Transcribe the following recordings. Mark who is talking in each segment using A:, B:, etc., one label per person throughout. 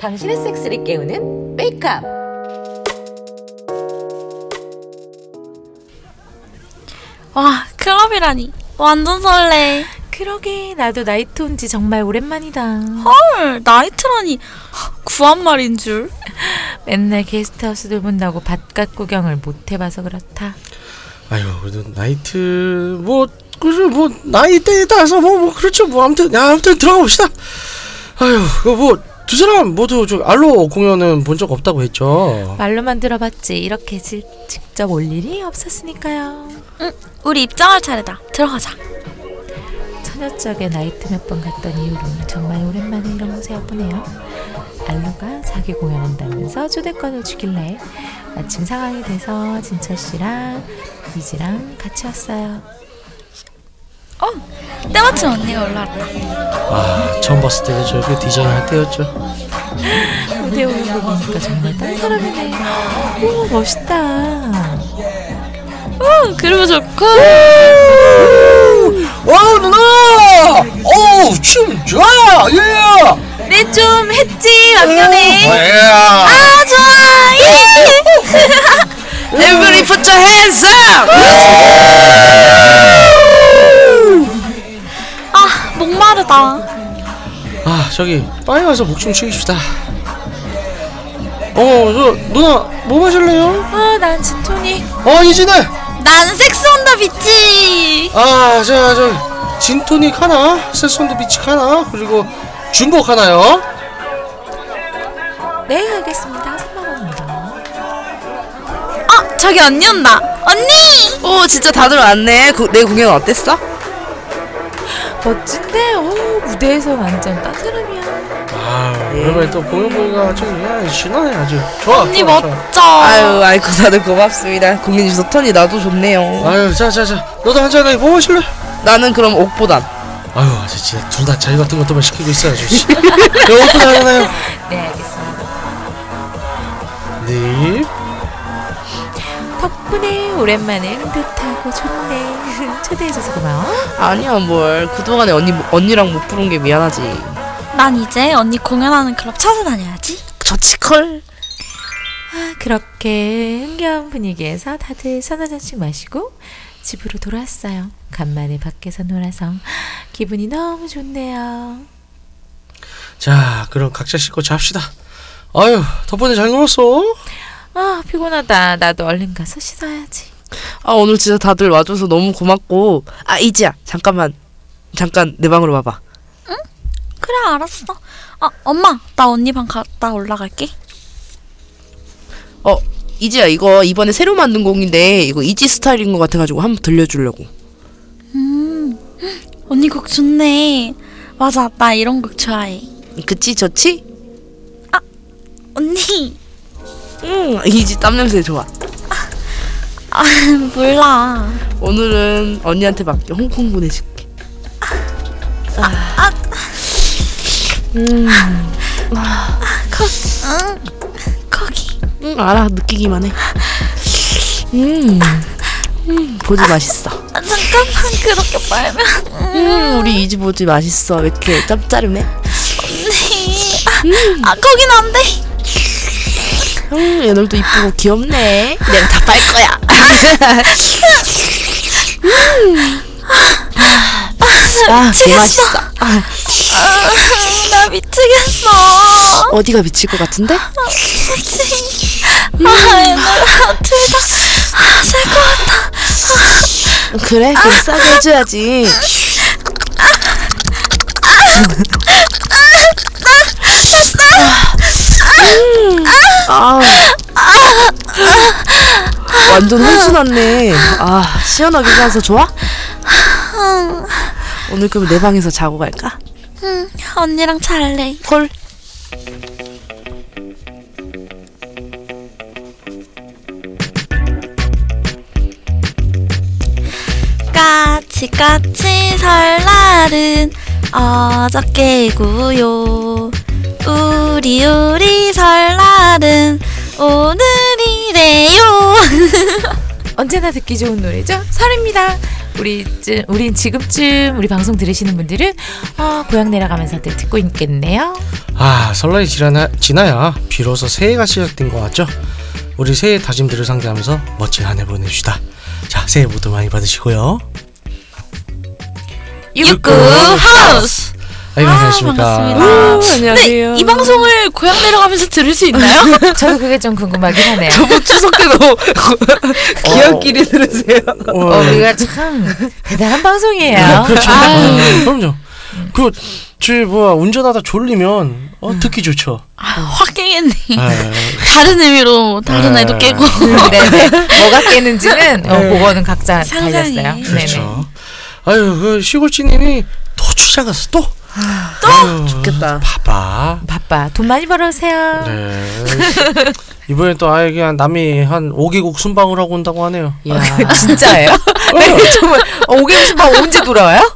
A: 당신의 섹스를 깨우는 메이크업.
B: 와 클럽이라니 완전 설레
C: 그러게 나도 나이트 온 지 정말 오랜만이다.
B: 헐 나이트라니 구한 말인 줄
C: 맨날 게스트하우스들 본다고 바깥 구경을 못 해봐서 그렇다.
D: 아유 그래도 나이트 뭐 그죠 뭐 나이대에 따라서 뭐 뭐 그렇죠 뭐 아무튼 야, 아무튼 들어가 봅시다. 아유 그뭐두 사람 모두 저 알로 공연은 본 적 없다고 했죠.
C: 말로만 들어봤지 이렇게 지, 직접 올 일이 없었으니까요.
B: 우리 입장할 차례다 들어가자
C: 처녀 쪽에 나이트 몇 번 갔던 이후로 정말 오랜만에 이런 모습을 보네요. 알로가 자기 공연한다면서 초대권을 주길래 마침 상황이 돼서 진철 씨랑 미지랑 같이 왔어요.
B: 때마침 언니가 올라왔다
D: 아 처음 봤을 때는 저기 디자인 할 때였죠.
C: 무대 오는 거 보니까 정말 딴 사람이네. 오 멋있다.
B: 어 그리고 좋고
D: 와 누나, 오춤 좋아, 예.
B: 내 좀 했지
D: 예.
B: 왕년에 아 예! 좋아
D: Everybody put your hands up.
B: 아 목마르다
D: 아 저기 빨리 가서 목 좀 쉬십시다 어저 누나 뭐 마실래요?
B: 아난 진토니
D: 어 이진아
B: 난 섹스 온더 비치
D: 아저저 진토닉 하나 셀손드 비치 하나 그리고 중복 하나요
C: 네 알겠습니다. 3만 원입니다.
B: 아 저기 언니였나 언니
E: 오 진짜 다들 왔네. 구- 내 공연 어땠어?
C: 멋진데 오 무대에서 완전 딴 사람이야.
D: 아 오랜만에 또 공연 보니까 아주 그냥 신나네 아주 좋아
B: 네. 언니
D: 좋아, 좋아.
B: 멋져
E: 아유 아이고 다들 고맙습니다. 공연 주서 턴이 나도 좋네요.
D: 아유 자자자 너도 한잔 하게 뭐 마실래?
E: 나는 그럼 옥보단.
D: 아유 아주 진짜 둘 다 자기 같은 것도만 시키고 있어야죠 여것도 하나요
C: 네 알겠습니다.
D: 네
C: 덕분에 오랜만에 흐뭇하고 좋네. 초대해줘서 고마워.
E: 아니야 뭘 그동안에 언니 언니랑 못 부른 게 미안하지.
B: 난 이제 언니 공연하는 클럽 찾아다녀야지
E: 저치컬.
C: 아, 그렇게 흥겨운 분위기에서 다들 서너 잔씩 마시고 집으로 돌아왔어요. 간만에 밖에서 놀아서 기분이 너무 좋네요.
D: 자 그럼 각자 씻고 잡시다 아유 덕분에 잘 놀았어
C: 아 피곤하다. 나도 얼른 가서 씻어야지.
E: 아 오늘 진짜 다들 와줘서 너무 고맙고. 아 이지야 잠깐만 잠깐 내 방으로 와봐.
B: 그래 알았어 아 엄마 나 언니 방 갔다 올라갈게
E: 어 이지야 이거 이번에 새로 만든 곡인데 이거 이지 스타일인 것 같아가지고 한번 들려주려고.
B: 언니 곡 좋네 맞아 나 이런 곡 좋아해
E: 그치 저치?
B: 언니
E: 응 이지 땀 냄새 좋아.
B: 아 몰라
E: 오늘은 언니한테 맡겨 홍콩 보내줄게.
B: 거기
E: 응 알아 느끼기만 해. 음, 음 보지 맛있어.
B: 아, 잠깐만 그렇게 말면
E: 음 우리 이지 보지 맛있어. 왜 이렇게 짭짤해?
B: 언니 아, 아 거긴 안돼
E: 음 얘들도 이쁘고 귀엽네. 내가 다 빨 거야. 음. 아
B: 미치겠어.
E: 개맛있어. 아,
B: 나 미치겠어
E: 어디가 미칠 것 같은데?
B: 미치 아 얘들아 둘다살것 같아
E: 그래 그럼 싸게 해줘야지. 음, 아. 완전 혼수 났네. 아 시원하게 자서 좋아? 오늘 그럼 내 방에서 자고 갈까?
B: 응 언니랑 잘래
E: 콜.
B: 까치까치 설날은 어저께고요 우리 우리 설날은 오늘이래요
C: 언제나 듣기 좋은 노래죠. 설입니다. 우리쯤 우린 지금쯤 우리 방송 들으시는 분들은 아 고향 내려가면서들 듣고 있겠네요.
D: 아 설날이 지나나, 지나야 비로소 새해가 시작된 것 같죠? 우리 새해 다짐들을 상기하면서 멋진 한 해 보내시다. 자 새해 모두 많이 받으시고요.
B: 육구 하우스.
D: 아이고
B: 아,
D: 안녕하십니까.
B: 반갑습니다. 근데 이 방송을 고향 내려가면서 들을 수 있나요?
C: 저도 그게 좀 궁금하긴 하네요.
E: 저번 추석 때도 기억끼리 들으세요.
D: 어,
C: 어, 우리가 참 대단한 방송이에요. 아유.
D: 그렇죠. 아, 그럼요. 그, 저희 뭐야 운전하다 졸리면 어 듣기 좋죠.
B: 확 음. 깨겠네.
D: 아,
B: 다른 의미로 다른
D: 아.
B: 애도 깨고.
C: 음, 네네. 뭐가 깨는지는 어, 그거는 각자
B: 상상이.
C: 달렸어요. 네,
D: 그렇죠.
B: 네.
D: 아유 그 시골 지님이 또 출장 갔어 또. 또
E: 좋겠다.
D: 바빠.
C: 바빠. 돈 많이 벌어오세요.
D: 네. 이번에 또 아예 그냥 남이 한 5개국 순방을 하고 온다고 하네요.
C: 진짜예요? 네, 정말. 어, 5개월 순방 언제 돌아와요?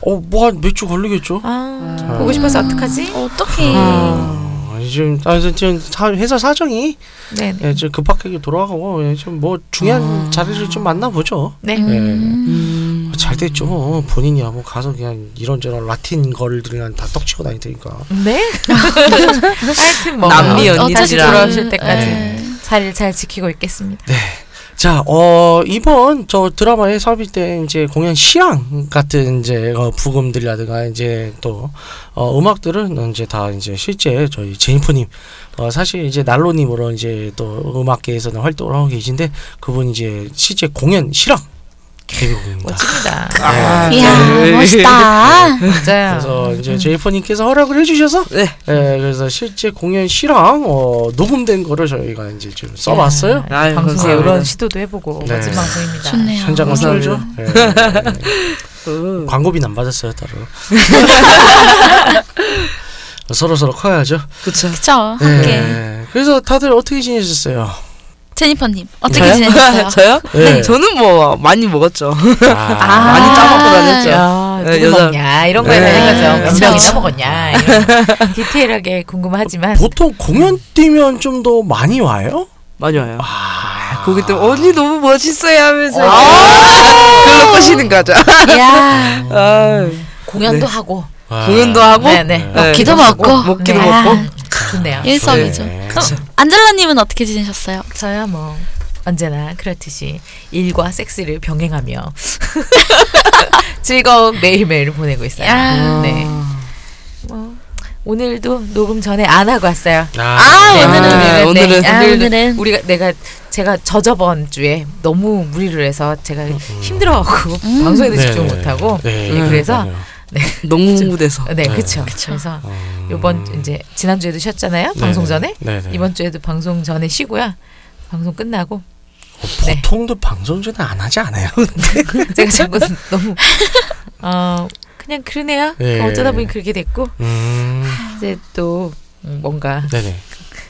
D: 어, 뭐 한 몇 주 걸리겠죠?
C: 아, 보고 싶어서 어떡하지?
B: 어떡해.
D: 어, 지금 아, 지금 사, 회사 사정이
C: 네,
D: 예, 좀 급하게 돌아가고 예, 좀뭐 중요한 자리를 좀 만나보죠.
C: 네.
D: 예. 어, 잘 됐죠. 뭐. 본인이야 뭐 가서 그냥 이런저런 라틴 걸들이랑 다 떡치고 다니니까.
C: 네? 하여튼 뭐
E: 남미
C: 어, 다시
E: 언니들이랑.
C: 돌아오실 때까지
D: 네.
C: 자리를 잘 지키고
E: 네.
C: 있겠습니다.
D: 자, 어, 이번 저 드라마에 삽입된 이제 공연 시향 같은 이제 어, 부금들이라든가 이제 또 어, 음악들은 이제 다 이제 실제 저희 제니퍼님 어, 사실 이제 난로님으로 이제 또 음악계에서는 활동을 하고 계신데 그분 이제 실제 공연 실황 데뷔
C: 어,
D: 곡입니다.
C: 멋집니다.
D: 아,
B: 이야, 멋있다.
C: 네. 맞아요.
D: 그래서 이제 제이퍼님께서 허락을 해주셔서
E: 네.
D: 예, 그래서 실제 공연 실황 어, 녹음된 거를 저희가 이제 좀 써봤어요.
C: 야,
E: 아유,
C: 방송에
E: 감사합니다.
C: 이런 시도도 해보고
D: 네.
C: 멋진 방송입니다.
B: 좋네요.
D: 현장은 썰죠.
E: 감사합니다.
D: 예, 예, 예. 광고비는 안 받았어요 따로 서로 서로 커야죠
E: 그쵸.
B: 그쵸? 함께.
D: 예. 그래서 다들 어떻게 지내셨어요?
B: 제니퍼님, 어떻게 지내셨어요?
E: 저요?
D: 네.
E: 저는 뭐 많이 먹었죠.
D: 아,
E: 많이 짜먹고 다녔죠.
B: 아.
C: 야,
E: 네,
C: 누구
E: 여자-
C: 먹냐 이런 거에
D: 네.
C: 대한 거죠. 몇
B: 그쵸.
C: 명이 써먹었냐 이런 디테일하게 궁금하지만
E: 뭐,
D: 보통 공연 뛰면 좀 더 많이 와요?
E: 많이 와요.
D: 아,
E: 거기 또 언니 너무 멋있어요 하면서 글로 꼬시는 거죠.
B: 이야,
E: 아,
C: 공연도 하고
D: 와.
E: 공연도 하고
C: 네, 네네
E: 네.
B: 먹기도 먹고. 아.
E: 먹- 먹기도
C: 네.
E: 먹고
C: 좋네요.
B: 일석이조.
D: 네.
B: 그럼 안젤라님은 어떻게 지내셨어요?
C: 저야 뭐 언제나 그렇듯이 일과 섹스를 병행하며 즐거운 매일매일을 보내고 있어요.
B: 야.
C: 네. 뭐 오늘도 녹음 전에 안 하고 왔어요.
D: 아,
B: 아,
C: 네,
B: 오늘은.
E: 아,
C: 네,
E: 오늘은.
B: 아,
C: 오늘도
B: 오늘은.
C: 우리가 내가 제가 저저번 주에 너무 무리를 해서 제가 힘들어하고 방송에도 집중
D: 네.
C: 못 하고
D: 네.
C: 예, 그래서
D: 네.
E: 농무대에서
C: 네, 그렇죠. 그래서 요번 이제 지난 주에도 쉬었잖아요. 방송
D: 네,
C: 전에.
D: 네, 네.
C: 이번 주에도 방송 전에 쉬고요. 방송 끝나고 네.
D: 보통도 방송 전에 안 하지 않아요?
C: 제가 자꾸 너무 예. 어 그냥 그러네요.
D: 네.
C: 어쩌다 보니 그렇게 됐고
D: 음,
C: 이제 또 뭔가
D: 네네.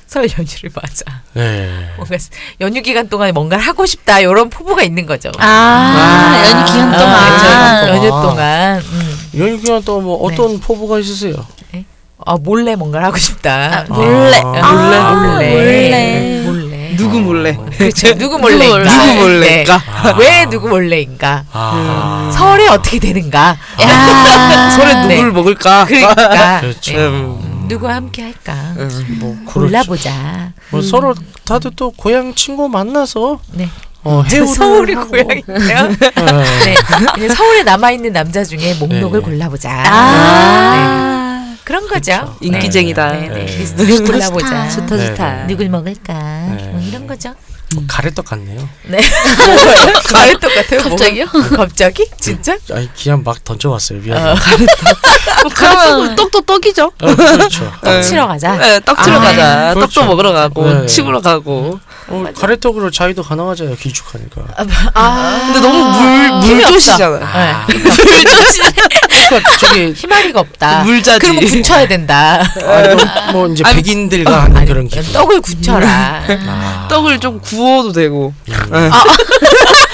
C: 설 연휴를 맞아
D: 네.
C: 뭔가 연휴 기간 동안에 뭔가를 하고 싶다 이런 포부가 있는 거죠.
B: 아, 연휴 기간
C: 아,
B: 동안.
C: 그렇죠. 연휴
D: 아.
C: 동안 음.
D: 연휴 기간 또뭐
C: 네.
D: 어떤 포부가 있으세요?
C: 아, 몰래 뭔가를 하고 싶다. 어.
B: 아, 몰래.
D: 아,
C: 몰래
B: 아,
C: 몰래
B: 몰래.
C: 몰래.
E: 누구 몰래?
C: 그렇죠. 누구 몰래인가?
E: 누구 몰래일까?
C: 네. 왜 누구 몰래인가?
D: 아,
C: 설에 어떻게 되는가?
B: 야.
E: 설에
C: 네.
E: 누굴 먹을까?
C: 그러니까
D: 그렇죠.
C: 네. 누구와 함께 할까?
D: 뭐 그렇죠.
C: 골라보자.
D: 뭐 서로 다들 또 고향 친구 만나서
C: 네.
D: 어, 해우를
C: 서울이
D: 하고.
C: 고향인데요.
D: 네.
C: 네. 이제 서울에 남아 있는 남자 중에 목록을
D: 네.
C: 골라보자.
B: 아.
C: 네. 그런 거죠.
E: 인기쟁이다.
C: 네. 네.
D: 네.
C: 리스트를 골라보자.
B: 좋다.
E: 좋다
D: 네.
E: 좋다.
C: 누굴 먹을까?
D: 네.
C: 뭐 이런 거죠.
D: 뭐 가래떡 같네요.
C: 가래 똑같아요.
B: 갑자기요?
C: 갑자기? 진짜?
D: 아니 그냥 막 던져봤어요. 미안.
E: 그러면 떡도 떡이죠.
D: 어, 그렇죠.
C: 떡 치러 가자.
E: 네, 떡 치러
C: 아,
E: 가자.
D: 그렇죠.
E: 떡도 먹으러 가고
D: 네.
E: 치우러 가고.
D: 어, 가래떡으로 자유도 가능하잖아요. 길쭉하니까.
C: 아.
E: 근데
B: 어.
E: 너무 물 물조시잖아.
C: 네.
D: 그러니까 저기
C: 희마리가 없다.
E: 물자지.
C: 그러면 굳혀야 된다.
D: 아니, 뭐, 뭐 이제 백인들과 하는
C: 네. 아니,
D: 그런 기분.
C: 떡을 굳혀라.
D: 아,
E: 떡을 좀 구워도 되고.
D: 음.
E: 네.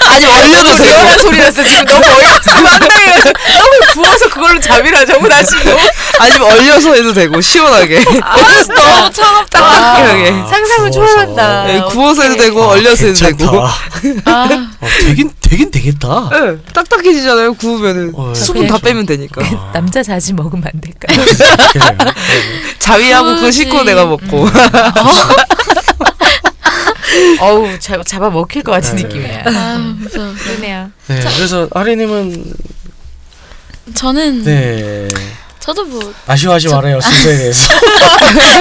C: 아니 얼려도 돼요. 그 소리 났어. 지금 너무 어이없어. 떡을 구워서 그걸로 잠이라 하자고 나 지금.
E: 아니면 얼려서 해도 되고 시원하게.
C: 아, 너무 차갑다.
E: 딱딱하게.
D: 아,
C: 상상을
D: 구워서.
F: 아,
C: 초월한다.
E: 네, 구워서 해도 되고
D: 아,
E: 얼려서 해도
D: 괜찮다.
E: 되고.
D: 어, 되긴 되긴 되겠다.
C: 아.
F: 예, 딱딱해지잖아요. 구우면은
D: 어, 예.
F: 수분 다
C: 그렇죠.
F: 빼면 되니까.
D: 어,
C: 남자 자지 먹으면 안 될까요?
D: 그래요.
F: 자위하고 그
B: 그러지.
F: 씻고 내가 먹고.
C: 어우 자, 잡아 먹힐 것 같은
D: 네.
C: 느낌이야.
B: 아유, 무서워.
C: 그러네요.
D: 네, 그래서 아리님은
B: 저는
D: 네
B: 저도 뭐
D: 아쉬워하지 말아요 순서에 대해서.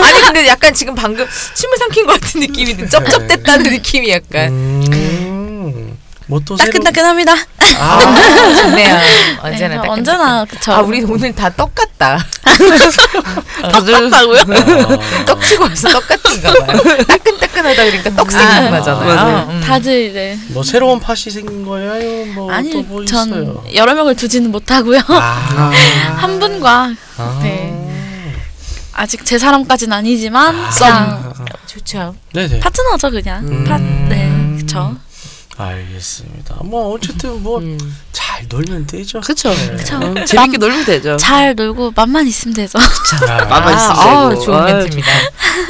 C: 아니 근데 약간 지금 방금 침을 삼킨 것 같은 느낌이 쩝쩝댔다는 느낌이 약간
D: 음, 뭐또
B: 네. 따끈따끈합니다.
C: 아, 좋네요.
B: 네,
C: 언제나
B: 언제나 그쵸.
C: 아 우리 오늘 다 똑같다. 어,
F: 다들다고요
D: 아,
C: 떡치고 와서 똑같은가 봐요. 따끈따끈하다 그러니까 떡 생긴
B: 아,
C: 거잖아요.
F: 맞아요.
C: 음.
B: 다들 이제
D: 뭐 새로운 팥이 생긴 거예요? 뭐또뭐
B: 아니
D: 뭐
B: 전
D: 있어요?
B: 여러 명을 두지는 못하고요.
D: 아,
B: 한 분과
D: 아.
B: 네. 아직 제 사람까지는 아니지만 그냥
D: 아, 아.
C: 좋죠.
D: 네네.
B: 파트너죠 그냥
D: 음.
B: 파, 네 그쵸 음.
D: 알겠습니다. 뭐 어쨌든 뭐 잘 놀면 되죠.
F: 그쵸.
E: 네.
B: 그쵸
E: 어?
F: 음. 재밌게 놀면 되죠.
B: 잘 놀고 맘만 있으면 되죠
D: 자,
F: 맛만 있으면
C: 아,
F: 되고.
C: 좋은
F: 아,
C: 멘트입니다.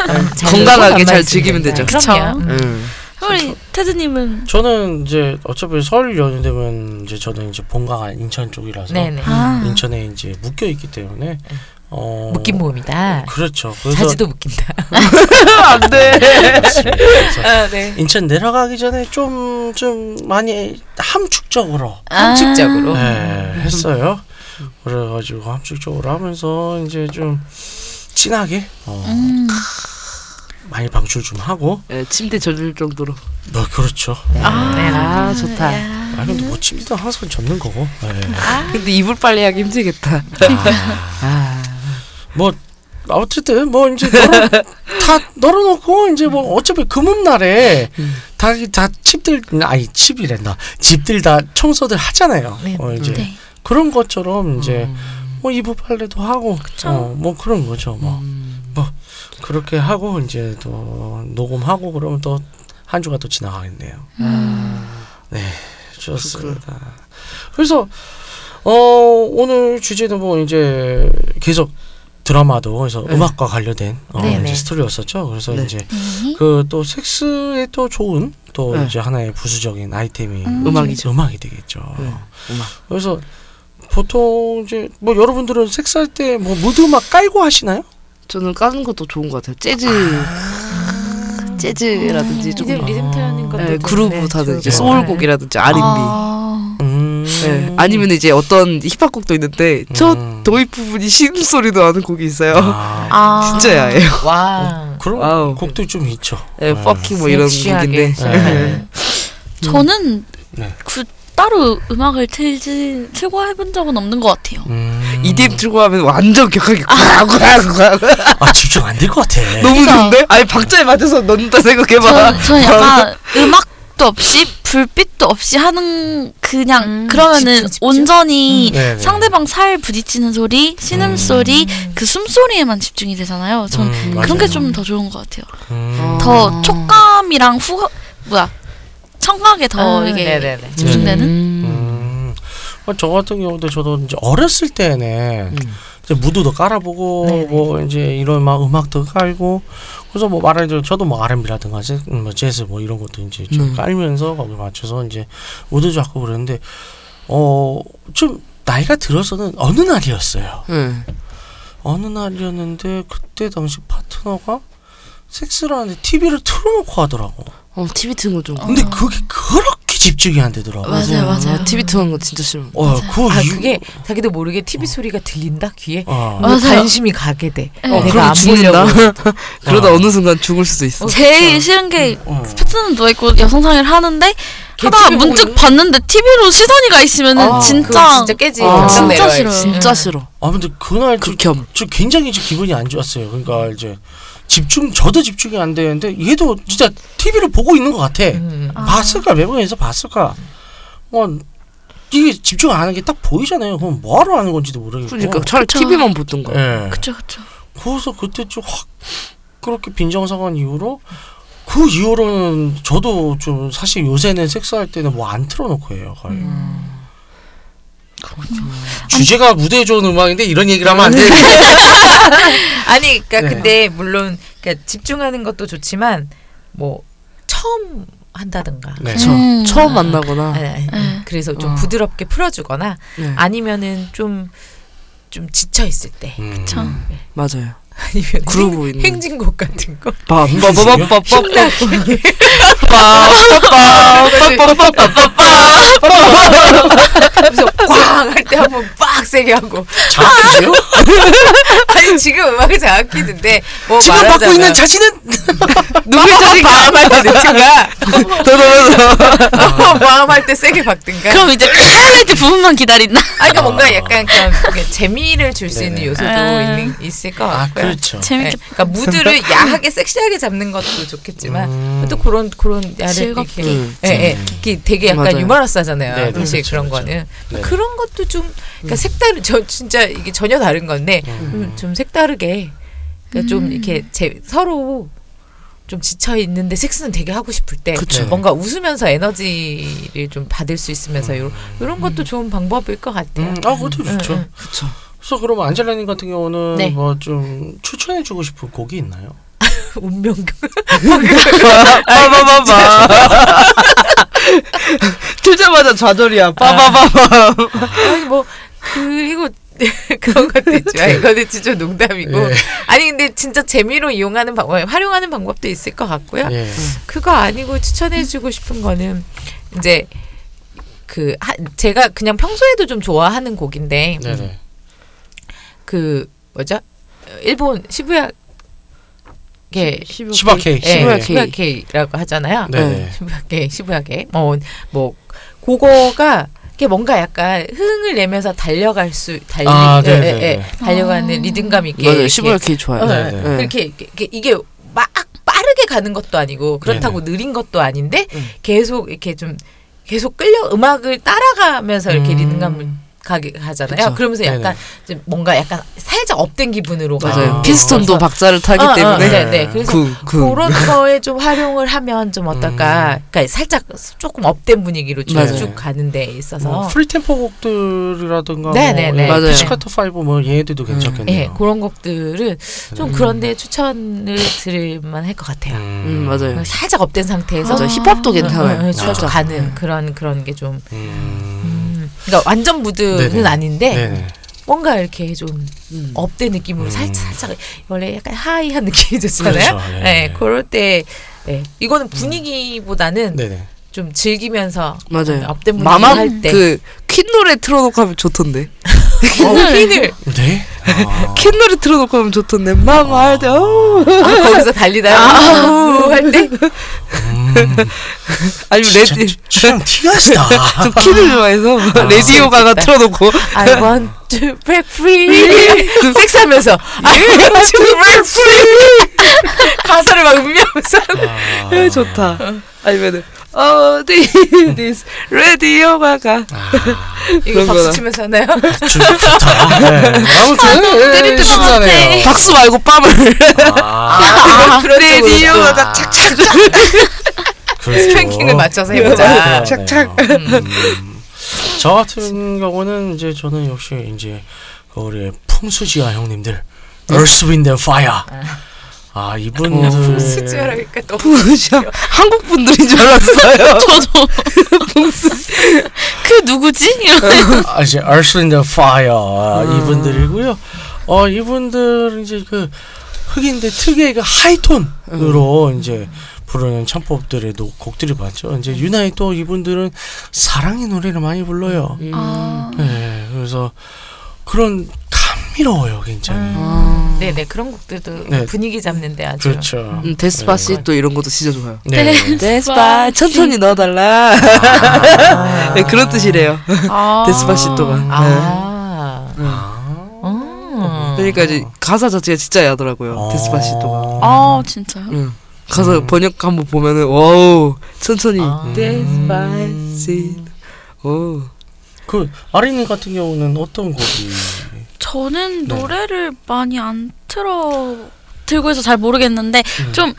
C: 잘
F: 음, 건강하게
C: 먹고
F: 잘
C: 가만히
F: 즐기면
C: 있으면
F: 되죠.
B: 그쵸.
C: 그럼요. 음.
F: 음.
B: 우리 테드님은
D: 저는 이제 어차피 설 연휴 되면 이제 저는 이제 본가가 인천 쪽이라서
C: 네네.
B: 아
D: 인천에 이제 묶여 있기 때문에 어
C: 묶인 모음이다.
D: 그렇죠. 그래서
C: 자지도 묶인다.
F: 안 돼.
D: 맞습니다. 그래서
C: 아, 네.
D: 인천 내려가기 전에 좀 좀 많이 함축적으로
C: 아. 함축적으로.
D: 네, 했어요. 그래가지고 함축적으로 하면서 이제 좀 진하게 어,
B: 음.
D: 많이 방출 좀 하고
F: 예, 침대 젖을 정도로.
D: 뭐 그렇죠.
C: 네.
F: 아, 좋다.
B: 야.
D: 아 근데 뭐 침대도 항상 젖는 거고. 네.
F: 아, 근데 이불 빨래하기 힘들겠다.
D: 아.
F: 아.
D: 뭐 어쨌든 뭐 이제 널어, 다 널어놓고 이제 뭐 어차피 금음날에 다다 칩들 아니 칩이란다 집들 다 청소들 하잖아요.
C: 네. 음.
D: 어 이제
B: 네.
D: 그런 것처럼 이제 뭐 이불 빨래도 하고 어, 뭐 그런 거죠. 뭐
C: 음.
D: 그렇게 하고 이제 또 녹음하고 그러면 또 한 주가 또 지나가겠네요.
C: 음.
D: 네, 좋습니다. 그래서 어 오늘 주제는 뭐 이제 계속 드라마도 그래서 음악과 관련된 어,
C: 네, 네.
D: 이제 스토리였었죠. 그래서
F: 네.
D: 이제
B: 네.
D: 그 또 섹스에 또 좋은 또
F: 네.
D: 이제 하나의 부수적인 아이템이
B: 음.
F: 음악이죠.
D: 음악이 되겠죠.
F: 네, 음악.
D: 그래서 보통 이제 뭐 여러분들은 섹스할 때 뭐 무드 음악 깔고 하시나요?
F: 저는 까는 것도 좋은 것 같아요. 재즈. 재즈라든지 조금
C: 아. 리듬, 리듬 타는 것도
F: 예,
C: 좀, 네,
F: 그루브라든지
C: 좋은
F: 소울곡이라든지 R&B.
B: 아.
D: 음.
F: 예, 아니면 이제 어떤 힙합곡도 있는데 저
D: 음.
F: 도입 부분이 신음소리도 나는 곡이 있어요.
D: 아,
B: 아.
F: 진짜 야해요.
C: 와.
D: 그런
F: 와우.
D: 곡도 좀 있죠.
F: 예,
D: 네.
C: 어,
F: 퍼킹 뭐 이런 곡인데.
C: 섹시하게.
D: 네.
B: 저는
D: 네.
B: 그 따로 음악을 틀지 틀고 해본 적은 없는 것 같아요
D: 음.
F: EDM 틀고 하면 완전 격하게 구구구구
D: 아 집중 안 될 것 같아.
F: 너무 좋은데? 아니 박자에 맞춰서 넣는다 생각해봐.
B: 저는 저는 약간 음악도 없이 불빛도 없이 하는 그냥
C: 음,
B: 그러면은
C: 집중, 집중.
B: 온전히
D: 음. 네네.
B: 상대방 살 부딪히는 소리, 신음 소리, 그 숨소리에만 집중이 되잖아요. 전
D: 음,
B: 그런
D: 맞아요.
B: 게 좀 더 좋은 것 같아요.
D: 음.
B: 더 촉감이랑 후 뭐야 청각에 더
C: 아,
B: 이게
C: 네네네.
B: 집중되는.
D: 음. 어, 저 같은 경우도 저도 이제 어렸을 때는 이제 무도도 깔아보고
C: 네네.
D: 뭐 이제 이런 막 음악도 깔고 그래서 뭐 말하자면 저도 뭐 R&B라든가 재- 음, 뭐 재즈 뭐 이런 것도 이제 좀
F: 음.
D: 깔면서 거기 맞춰서 이제 무도 잡고 그랬는데 어 좀 나이가 들어서는 어느 날이었어요.
E: 네.
F: 응.
D: 어느 날이었는데 그때 당시 파트너가 섹스를 하는데 TV를 틀어놓고 하더라고.
F: 어 TV 트는 거좀
D: 근데 그게 그렇게 집중이 안 되더라고.
B: 맞아요,
E: 어,
B: 맞아요. 음.
F: TV 트는 거 진짜 싫어.
D: 어, 그
C: 아
D: 이유-
C: 그게 자기도 모르게 TV 소리가 들린다 귀에.
D: 어.
C: 뭐
B: 맞아요.
C: 관심이 가게 돼.
B: 어,
C: 내가
F: 그러면
C: 안 보려고.
F: 죽는다. 그러다
D: 아.
F: 어느 순간 죽을 수도 있어.
B: 제일 싫은 게
D: 어.
B: 파트는 누워 있고 여성 상의를 하는데
C: 걔
B: 하다가
C: TV 보고
B: 문득
C: 있는
B: 봤는데 TV로 시선이 가 있으면은
C: 아, 그거
B: 진짜,
C: 진짜 깨지.
D: 아.
C: 금방
B: 진짜
C: 내려와요.
B: 싫어요.
F: 진짜 싫어.
D: 아 근데 그날 저,
F: 극혐.
D: 저 굉장히 저 기분이 안 좋았어요. 그러니까 이제 집중 저도 집중이 안 되는데 얘도 진짜 TV를 보고 있는 것 같아.
C: 음.
D: 봤을까 매번에서 봤을까. 어 이게 집중 안 하는 게 딱 보이잖아요. 그럼 뭐하러 하는 건지도 모르겠고.
F: 그러니까 차라리
B: 그쵸.
F: TV만 보던가.
D: 예.
B: 그쵸 그쵸.
D: 그래서 그때 좀 확 그렇게 빈정상한 이후로 그 이후로는 저도 좀 사실 요새는 섹스할 때는 뭐 안 틀어놓고 해요 거의. 주제가 무대에 좋은 음악인데 이런 얘기를 하면 안 돼.
C: 아니 그러니까
D: 네.
C: 근데 물론 그러니까 집중하는 것도 좋지만 뭐 처음 한다든가.
D: 네.
F: 그쵸.
B: 음.
F: 처음 만나거나.
C: 아니, 아니,
B: 네.
C: 그래서 좀
F: 어.
C: 부드럽게 풀어주거나
F: 네.
C: 아니면은 좀, 좀 지쳐있을 때.
D: 음.
B: 그쵸.
F: 맞아요.
C: 아니면
F: 그러고
C: 행-
F: 있는.
C: 행진곡 같은 거.
F: 빠빠빠빠빠빠.
C: 그래서 꽝할때 한번 빡 세게 하고.
D: 자기요?
C: 아니 지금 음악을 잘 아끼는데 뭐
D: 지금 받고
C: 말하자면
D: 있는 자신은
C: 누굴 자신 마음할 때 내친가 어, 마음할 때 세게 박든가.
B: 그럼 이제 클라이트 부분만 기다린다.
C: 아, 그러니까 뭔가 약간 그런 그게 재미를 줄 수 있는
D: 네네.
C: 요소도
B: 아.
C: 있는, 있을 것
D: 아
C: 같고요.
D: 그렇죠.
C: 네,
B: 재밌게
C: 그러니까 무드를 야하게 섹시하게 잡는 것도 좋겠지만
D: 음.
C: 또 그런 그런 야를
B: 즐겁게.
C: 이렇게
F: 음.
C: 예, 예. 이렇게 되게 약간
F: 맞아요.
C: 유머러스하잖아요.
D: 네네,
C: 사실
D: 그렇죠,
C: 그런
D: 그렇죠.
C: 거는
D: 네네. 음.
C: 그런 것도 좀 그러니까 색다른 저 진짜 이게 전혀 다른 건데 좀, 좀 색다르게
B: 음.
C: 그러니까 좀 이렇게 제, 서로 좀 지쳐 있는데 섹스는 되게 하고 싶을 때 네.
D: 그쵸.
C: 뭔가 웃으면서 에너지를 좀 받을 수 있으면서 이런 이런 것도 좋은 방법일 것 같아요.
D: 음, 아 그것도 좋죠.
C: 음,
F: 그쵸.
D: 그래서 그럼 안젤라님 같은 경우는
C: 네.
D: 뭐 좀 추천해주고 싶은 곡이 있나요?
C: 운명
F: 빠빠빠빠. 틀자마자 좌절이야. 빠빠빠빠.
C: 아니 뭐 그리고 그런 것도 있죠. 아니, 그거는 진짜 농담이고.
D: 예.
C: 아니 근데 진짜 재미로 이용하는 방법, 활용하는 방법도 있을 것 같고요.
D: 예.
C: 그거 아니고 추천해주고 싶은 거는 이제 그 하, 제가 그냥 평소에도 좀 좋아하는 곡인데
D: 네네.
C: 그 뭐죠? 일본 시부야 게
D: 시바 케이크.
C: 예,
F: 시부야
C: 시부야 게이라고 하잖아요. 음,
D: 네네.
C: 시부야 게 시부야 게. 뭐뭐 그거가 이게 뭔가 약간 흥을 내면서 달려갈 수 달리
D: 아,
C: 예, 예,
D: 네네네.
C: 예, 달려가는
B: 아.
C: 리듬감 있게
F: 맞아요.
C: 이렇게
F: 15개 좋아요.
C: 어,
D: 네, 네.
C: 그렇게 이렇게- 이렇게 이게 막 빠르게 가는 것도 아니고
F: 네,
C: 그렇다고 느린 것도 아닌데
F: 음.
C: 계속 이렇게 좀 계속 끌려 음악을 따라가면서 이렇게
D: 음.
C: 리듬감을 가게 가잖아요.
F: 그쵸.
C: 그러면서 약간
D: 네네.
C: 이제 뭔가 약간 살짝 업된 기분으로
F: 맞아요.
D: 아.
C: 가요.
F: 피스톤도 박자를 타기
C: 어, 어,
F: 때문에.
C: 네, 네. 그래서
F: 쿵쿵.
C: 그런 거에 좀 활용을 하면 좀 어떨까?
D: 음.
C: 그러니까 살짝 조금 업된 분위기로 쭉,
F: 맞아요.
C: 쭉 가는 데 있어서
D: 뭐 프리템포 곡들이라든가
C: 네네네.
D: 뭐
F: 맞아요.
D: 피치카터 5뭐 얘네들도 괜찮겠네요.
C: 예, 그런 곡들은 좀
D: 음.
C: 그런데 추천을 드릴 만할 것 같아요.
F: 음, 맞아요.
C: 살짝 업된 상태에서
B: 어.
F: 맞아요. 힙합도 괜찮아요.
E: 네.
C: 쭉
D: 음, 맞아.
C: 가는 그런 그런 게 좀
D: 음.
C: 그러니까 완전 무드는
D: 네네.
C: 아닌데
D: 네네.
C: 뭔가 이렇게 좀
F: 음.
C: 업된 느낌으로
D: 음.
C: 살짝 살짝 원래 약간 하이한 느낌이 좋잖아요.
D: 그렇죠. 예,
C: 네,
D: 예.
C: 그럴 때 네, 이거는 분위기보다는
D: 네네. 네.
C: 좀 즐기면서
F: 맞아요.
C: 업된 분위기
F: 마마
C: 할 때.
F: 그퀸 노래 틀어놓고 하면 좋던데.
C: 어, 핀을
D: 네. 아.
F: 퀸 노래 틀어놓고 하면 좋던데. 마마 할 때. 어우.
C: 아, 거기서 달리다가 할때
D: 음.
F: 아니면 네.
D: 진짜
F: 레디
D: 취향 티가 시다.
F: 좀 퀸을 좋아해서 레디오 가가 틀어놓고
B: 아,
C: I
B: 예.
C: want to break free 섹스하면서 I want to break free 가사를 막 음미하면서
F: 에 좋다. 아니면은 어 this 레디오 가가
C: 이거
F: 그런
C: 박수
F: 거나.
C: 치면서 하나요?
D: 좀 좋다. 네. 아무튼
B: 때릴 것 같아.
D: 신나네요.
F: 예, 박수 말고 빰을
D: 아,
C: 아, 그런
F: 레디오
C: 쪽으로.
F: 가가 착착
D: 그렇죠.
C: 스팽킹을 맞춰서 해보자.
F: 착착.
D: 네. 음. 저 같은 경우는 이제 저는 역시 이제 그 우리 풍수지아 형님들, Earth, Wind and Fire. 아 이분들
C: 수지어라니까 너무
F: 부르셔. 한국 분들인 줄 알았어요.
B: 저도 그 누구지? 이런
D: 아, 이제 Earth, Wind and Fire 아, 이분들이고요. 어 이분들 이제 그 흑인들 특유의 그 하이톤으로
F: 음.
D: 이제 부르는 창법들의 노- 곡들이 많죠. 이제 유난히 또 이분들은 사랑의 노래를 많이 불러요.
F: 음.
B: 아,
D: 네, 그래서 그런 감미로워요, 굉장히.
B: 음.
F: 아,
C: 네네 그런 곡들도
D: 네.
C: 분위기 잡는데 아주
D: 그렇죠.
F: 음, 데스파시또 이런 것도 진짜 좋아요.
D: 네.
F: 데스파 천천히 넣어달라.
D: 아.
F: 네, 그런 뜻이래요.
C: 아.
F: 데스파시또가. 네.
C: 아.
B: 네.
D: 아.
C: 음.
F: 그러니까 이제 가사 자체가 진짜 야더라고요.
D: 어.
F: 데스파시또가.
B: 아 진짜요?
F: 응. 가사 번역 한번 보면은 와우 천천히.
C: 아.
B: 음.
F: 데스파시또. 오.
D: 그 아린이 같은 경우는 어떤 곡이?
B: 저는
D: 네.
B: 노래를 많이 안 틀어 들고 해서 잘 모르겠는데 좀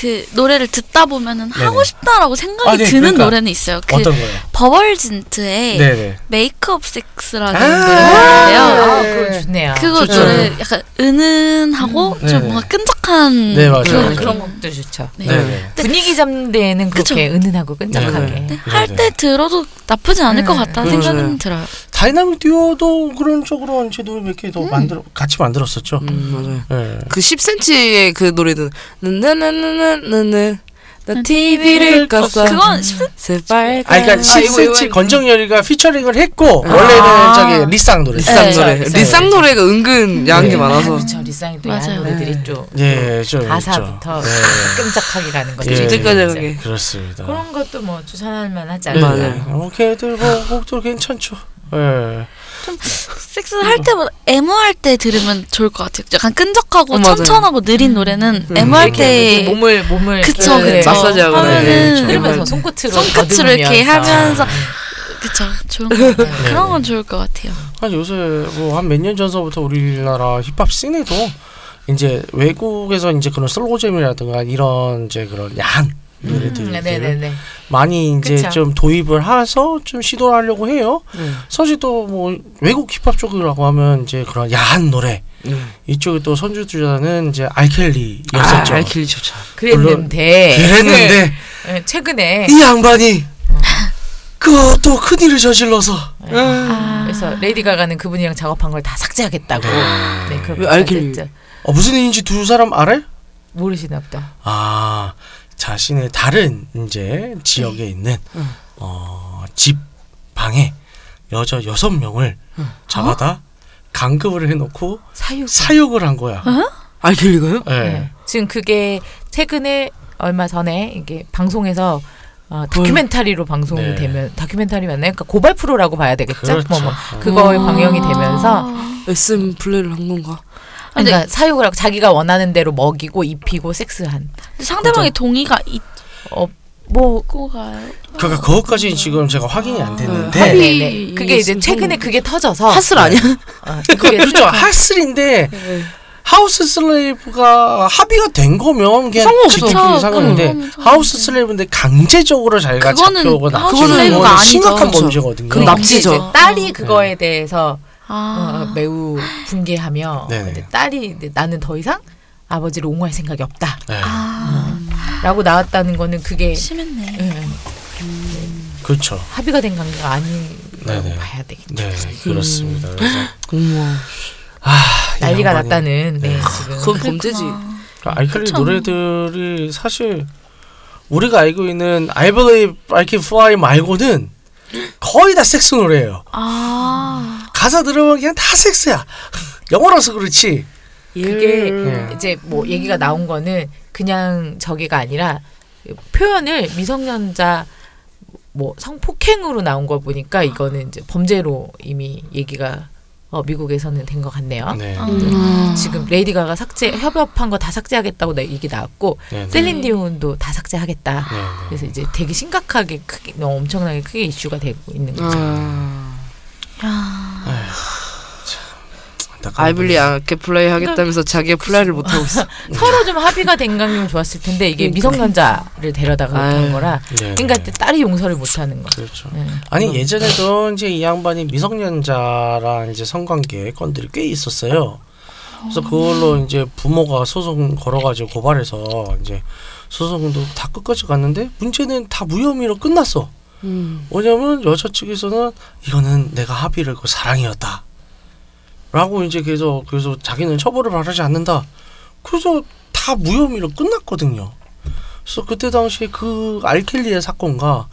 B: 그 노래를 듣다 보면은
D: 네네.
B: 하고 싶다라고 생각이
D: 아, 네,
B: 드는
D: 그러니까.
B: 노래는 있어요. 그
D: 어떤 거요?
B: 버벌진트의
D: 네네.
B: 메이크업 섹스라는
D: 아,
B: 노래인데요.
C: 아,
D: 네.
C: 그거 좋네요.
B: 그거
D: 좋죠.
B: 노래 약간 은은하고
D: 음,
B: 좀
D: 네네.
B: 뭔가 끈적한
D: 네 맞아요.
B: 그런
C: 그런 곡들 것도 좋죠.
B: 네.
D: 네네.
C: 분위기 잡는 데에는
B: 그쵸.
C: 그렇게 은은하고 끈적하게.
D: 네.
B: 할 때 들어도 나쁘지 않을 것
C: 음.
B: 같다는
D: 그러네.
B: 생각은 들어요.
D: 다이나믹 듀오도 그런 쪽으로 이제 노래 몇 개 더
B: 음.
D: 만들어 같이 만들었었죠.
F: 음 맞아요.
D: 네.
F: 그 10cm의 그 노래는 나나나나나나나 나 TV를 껐어.
B: 그건 십-
F: 새빨간.
D: 아, 그러니까 10cm 건정열이가 피처링을 했고 원래는
B: 아.
D: 저기 리쌍 노래.
F: 리쌍
B: 네.
F: 노래.
C: 리쌍
F: 리쌍 노래가 은근 야한
D: 네.
F: 게 많아서
C: 그렇죠. 리쌍이 또
B: 맞아요. 네.
C: 야한 노래들이 좀
D: 예, 저
C: 가사부터
D: 네.
C: 끈적하게 가는 거죠.
D: 예.
B: 그
F: 끈적끈적하게.
D: 그렇습니다.
C: 그런 것도 뭐 추천할 만하지
D: 네.
C: 않나요?
F: 맞아요.
D: 어, 걔들 뭐 곡도 괜찮죠. 예.
B: 섹스를 할 때보다 애무할 때 들으면 좋을 것 같아요. 약간 끈적하고
F: 어, 맞아요.
B: 천천하고 느린 노래는
F: 음.
B: 애무할
F: 이렇게
D: 뭐
B: 때
C: 몸을 몸을
B: 그쵸
C: 그-
B: 그쵸
F: 마사지하고
D: 네, 그렇죠.
B: 하면은
C: 그러면서 손끝으로
B: 손끝으로 이렇게
C: 거두면서.
B: 하면서 그쵸 좋은 것 같아요. 그런 건 좋을 것 같아요.
D: 한 요새 뭐 한 몇 년 전서부터 우리나라 힙합 씬에도 이제 외국에서 이제 그런 슬로우잼이라든가 이런 이제 그런 야한
C: 음,
D: 노래들
C: 네네네.
D: 많이 이제
C: 그쵸.
D: 좀 도입을 해서 좀 시도를 하려고 해요.
F: 네.
D: 사실 또 뭐 외국 힙합 쪽이라고 하면 이제 그런 야한 노래
F: 네.
D: 이쪽에 또 선주주자는 이제 알켈리였었죠.
F: 아, 알킬리 좋죠.
C: 그랬는데
D: 그랬는데
C: 예, 최근에
D: 이 양반이 그또 큰일을 저질러서
C: 그래서 레이디 가가는 그분이랑 작업한 걸 다 삭제하겠다고. 네, 그렇게
F: 왜 알킬리?
C: 삭제했죠.
D: 어, 무슨 일인지 두 사람 알아요?
C: 모르시나 보다.
D: 아 자신의 다른 이제 지역에
F: 네.
D: 있는 어, 집 방에 여자 여섯 명을 잡아다
F: 어?
D: 강금을 해놓고
C: 사유.
D: 사육을 한 거야.
F: 어? 알킬리가요?
D: 예.
C: 네. 지금 그게 최근에 얼마 전에 이게 방송에서 어, 다큐멘터리로 방송이
D: 네.
C: 되면 다큐멘터리 맞나요? 그러니까 고발 프로라고 봐야 되겠죠.
D: 그렇죠.
C: 뭐, 뭐 그거에 방영이 되면서
F: SM 플레이를 한 건가?
B: 근데-
C: 그러니까 사육을 하고 자기가 원하는 대로 먹이고 입히고 섹스한
B: 근데 상대방의 동의가
C: 뭐
B: 있고 가요.
D: 그러니까 그것까지 지금 제가 확인이 안
C: 네,
D: 됐는데
F: 어. 합의-
C: 네, 네. 그게 이제
F: 무슨
C: 최근에
F: 성-
C: 그게 터져서
F: 하슬 아니야?
D: 네.
C: 어, 그게
D: 그렇죠 하슬인데
F: 네.
D: 하우스 슬레이브가 합의가 된 거면 그냥
F: 상관없죠.
D: 지키는 상관인데
B: 그건 상관없죠.
D: 하우스 슬레이브인데 강제적으로 자기가
B: 그거는
D: 잡혀오거나
B: 하우스
D: 그거는
F: 슬레이브가
D: 이거는
F: 아니죠.
D: 심각한
F: 그렇죠.
D: 범죄거든요.
F: 그건 납치죠.
C: 네. 이제 딸이 그거에 대해서 어,
B: 아
C: 어, 매우 분개하며 어,
D: 네네.
C: 근데 딸이 이제 나는 더 이상 아버지를 옹호할 생각이
D: 네.
B: 아,
C: 없다라고 나왔다는 거는 그게
B: 심했네.
C: 예,
D: 그렇죠.
C: 합의가 된 관계가 아니라고
D: 네네.
C: 봐야 되겠죠.
D: 네 그렇습니다. 그래서 아,
F: 우와.
C: 난리가
D: 양반이-
C: 났다는 네,
D: 네.
C: 지금
F: 그건 범죄지.
D: 그러니까 알칼리
B: 그쵸.
D: 노래들이 사실 우리가 알고 있는 I Believe I Can Fly 말고는 거의 다 섹스 노래예요.
B: 아
D: 가사 들으면 그냥 다 섹스야. 영어라서 그렇지.
C: 그게
D: 예.
C: 이제 뭐 얘기가 나온 거는 그냥 저기가 아니라 표현을 미성년자 뭐 성폭행으로 나온 거 보니까 이거는 이제 범죄로 이미 얘기가 어, 미국에서는 된 것 같네요.
D: 네.
C: 지금 레이디 가가 삭제 협업한 거 다 삭제하겠다고 나 얘기 나왔고
D: 네. 네.
C: 셀린 디온도 다 삭제하겠다.
D: 네.
C: 그래서 이제 되게 심각하게 크게 너무 엄청나게 크게 이슈가 되고 있는 거죠.
F: 아.
B: 야.
D: 안타까운
F: 아이블리 아케 플레이 하겠다면서 자기가 플레이를 못 하고 있어.
C: 서로 좀 합의가 된 강면 좋았을 텐데 이게 미성년자를 데려다가
F: 아유.
C: 한 거라
D: 네.
C: 그러니까 이제 딸이 용서를 못 하는 거.
D: 그렇죠.
C: 네.
D: 아니 예전에도 이제 이 양반이 미성년자랑 이제 성관계 건들이 꽤 있었어요. 그래서 그걸로 이제 부모가 소송 걸어가지고 고발해서 이제 소송도 다 끝까지 갔는데 문제는 다 무혐의로 끝났어.
F: 음.
D: 왜냐면 여자 측에서는 이거는 내가 합의를 그 사랑이었다. 라고 이제 계속 그래서 자기는 처벌을 바라지 않는다. 그래서 다 무혐의로 끝났거든요. 그래서 그때 당시에 그 알켈리의 사건과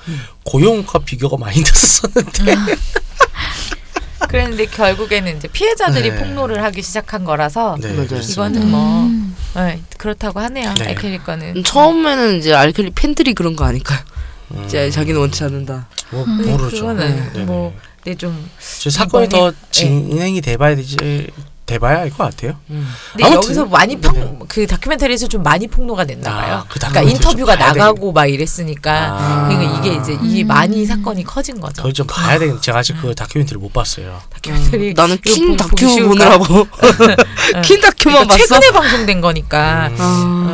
D: 고용과 비교가 많이 됐었는데
C: 음. 아, 그랬는데 결국에는 이제 피해자들이
D: 네.
C: 폭로를 하기 시작한 거라서
D: 네,
F: 맞아요.
D: 그렇습니다.
C: 이거는 뭐 네, 그렇다고 하네요.
D: 네.
C: 알켈리 거는.
F: 처음에는 이제 알킬리 팬들이 그런 거 아닐까요?
D: 음,
F: 이제 자기는 원치 않는다.
D: 뭐 모르죠.
C: 음, 그거는
D: 네네.
C: 뭐 근데 좀
D: 저 네. 사건이 더
C: 이번에- 네.
D: 진행이 돼봐야 되지 돼봐야 알 것 같아요.
C: 근데
D: 아무튼-
C: 여기서 많이
D: 네.
C: 폭그 다큐멘터리에서 좀 많이 폭로가 됐나
D: 아,
C: 봐요.
D: 그
C: 그러니까
D: 다큐멘터리
C: 인터뷰가
D: 좀 봐야
C: 나가고 막 이랬으니까
D: 아.
C: 그러니까 이게 이제 이
F: 음.
C: 많이 사건이 커진 거죠.
D: 저희 좀 봐야 되겠는데 제가 아직 그 다큐멘터리 못 봤어요.
C: 다큐멘터리
F: 음. 나는
C: 이거
F: 퀸
C: 보면
F: 다큐
C: 쉬울까?
F: 보느라고 퀸
C: 그러니까
F: 다큐만 봤어.
C: 최근에 방송된 거니까
D: 음.
F: 아.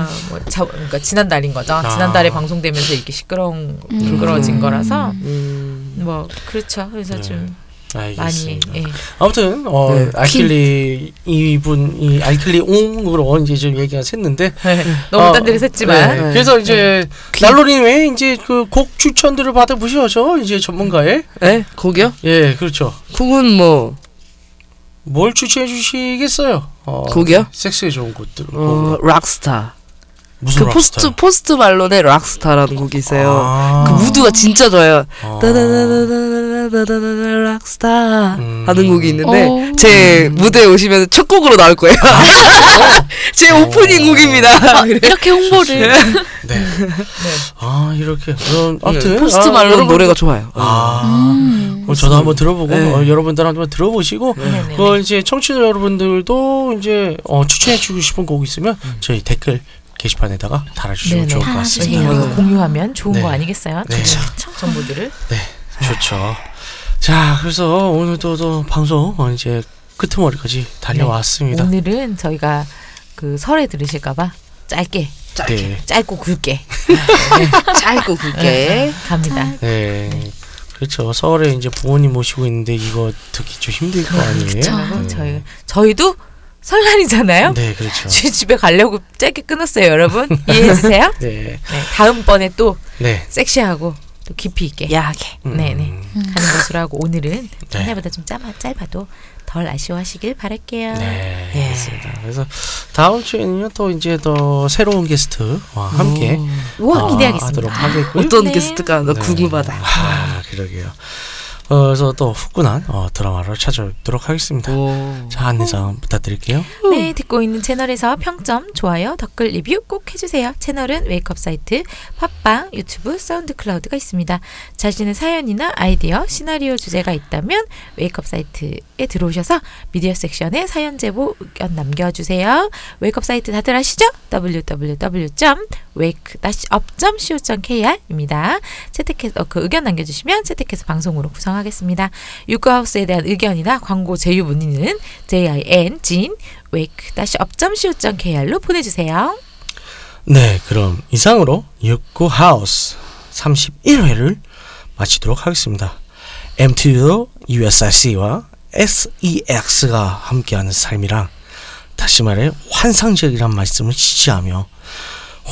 C: 어, 뭐 자, 그러니까 지난달인 거죠.
D: 아.
C: 지난달에 방송되면서 이렇게 시끄러운
B: 음.
C: 불그러진 거라서
F: 음.
C: 뭐 그렇죠. 그래서
D: 네.
C: 좀
D: 알겠습니다.
C: 많이 예.
D: 아무튼 어
F: 네.
D: 알킬리 이분 이 알킬리 옹으로 이제 좀 얘기가 샜는데
C: 예. 너무
D: 어,
C: 딴 데를 샜지만
D: 네. 그래서 이제 날로님의 이제 그 곡 추천들을 받아보셔서 이제 전문가의
F: 에?
E: 거기요?
D: 예 그렇죠
E: 그건 뭐
D: 뭘 추천해 주시겠어요? 어,
E: 곡이요?
D: 섹스에 좋은 곡들
F: 어,
D: 곡.
F: 락스타.
D: 무슨
F: 그
D: 락
F: 포스트
D: 스타일?
F: 포스트 말론의 락스타라는 곡이 있어요.
D: 아.
F: 그 무드가 진짜 좋아요.
D: 아.
F: 따다다다다다다다다다 락스타
D: 음.
F: 하는 곡이 있는데
B: 오.
F: 제 무대에 오시면 첫 곡으로 나올 거예요. 제 오프닝 곡입니다. 그래.
B: 이렇게 홍보를
D: 네. 아 이렇게 그럼 아무튼
F: 포스트
D: 아,
F: 말론
D: 여러분-
F: 노래가 좋아요.
D: 아 어, 저도 한번 들어보고
F: 네.
D: 어, 여러분들 한번 들어보시고
C: 네, 네,
D: 그걸 이제 청취자 여러분들도 이제 어, 추천해주고 싶은 곡 있으면 저희 댓글 게시판에다가 달아주시면
C: 음. 네, 네.
D: 좋을 것
C: 네.
D: 같습니다.
B: 달아주세요.
C: 이거 공유하면 좋은
D: 네.
C: 거 아니겠어요?
D: 네. 그쵸.
C: 정보들을
D: 좋죠. 자, 그래서 오늘도 또 방송 어, 이제 끄트머리까지 달려왔습니다.
C: 오늘은 저희가 그 설에 들으실까봐 짧게
D: 네.
C: 짧고 굵게
D: 음.
E: 짧고 굵게
C: 갑니다.
D: 네. 그렇죠. 서울에 이제 부모님 모시고 있는데 이거 듣기 좀 힘들 거 아니에요?
C: 그렇죠. 그리고 저희 저희도 설날이잖아요.
D: 네, 그렇죠.
C: 저희 집에 가려고 짧게 끊었어요, 여러분. 이해해 주세요.
D: 네.
C: 네, 다음번에 또
D: 네.
C: 섹시하고 또 깊이 있게
E: 야하게.
D: 음,
C: 네, 네. 하는 것으로 하고 오늘은
D: 네.
C: 옛날보다 좀 짧아, 짧아도 덜 아쉬워하시길 바랄게요.
D: 네,
C: 아.
D: 알겠습니다. 그래서 다음 주에는요 또 이제 또 새로운 게스트와 함께
C: 우와,
D: 아, 하도록
C: 기대하겠습니다.
D: 하겠고요.
F: 어떤
C: 네.
F: 게스트가 나
D: 네.
F: 궁금하다.
D: 아, 그러게요. 어, 그래서 또 후끈한 어, 드라마로 찾아뵙도록 하겠습니다.
F: 오.
D: 자, 안내사항 부탁드릴게요.
C: 네, 듣고 있는 채널에서 평점, 좋아요, 댓글 리뷰 꼭 해주세요. 채널은 웨이크업 사이트, 팟빵, 유튜브, 사운드 클라우드가 있습니다. 자신의 사연이나 아이디어, 시나리오 주제가 있다면 웨이크업 사이트에 들어오셔서 미디어 섹션에 사연 제보 의견 남겨주세요. 웨이크업 사이트 다들 아시죠? www.wake-up.co.kr입니다. 채택해서 어, 그 의견 남겨주시면 채택해서 방송으로 구성하겠습니다. 유쿠하우스에 대한 의견이나 광고 제휴 문의는 jin 진 wake-up.co.kr로 보내주세요.
D: 네, 그럼 이상으로 육구 하우스 31회를 마치도록 하겠습니다. MTU도 USRC와 SEX가 함께하는 삶이랑 다시 말해 환상적이란 말씀을 지지하며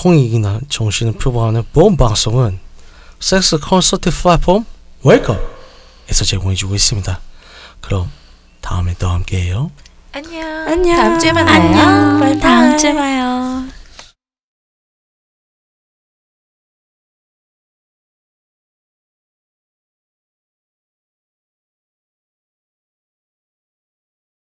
D: 홍익이나 정신을 표방하는 본 방송은 섹스 콘서트 플랫폼 웨이크업에서 제공해주고 있습니다. 그럼 다음에 또 함께해요.
C: 안녕. 다음 주에 만나요.
B: 다음 주에 봐요.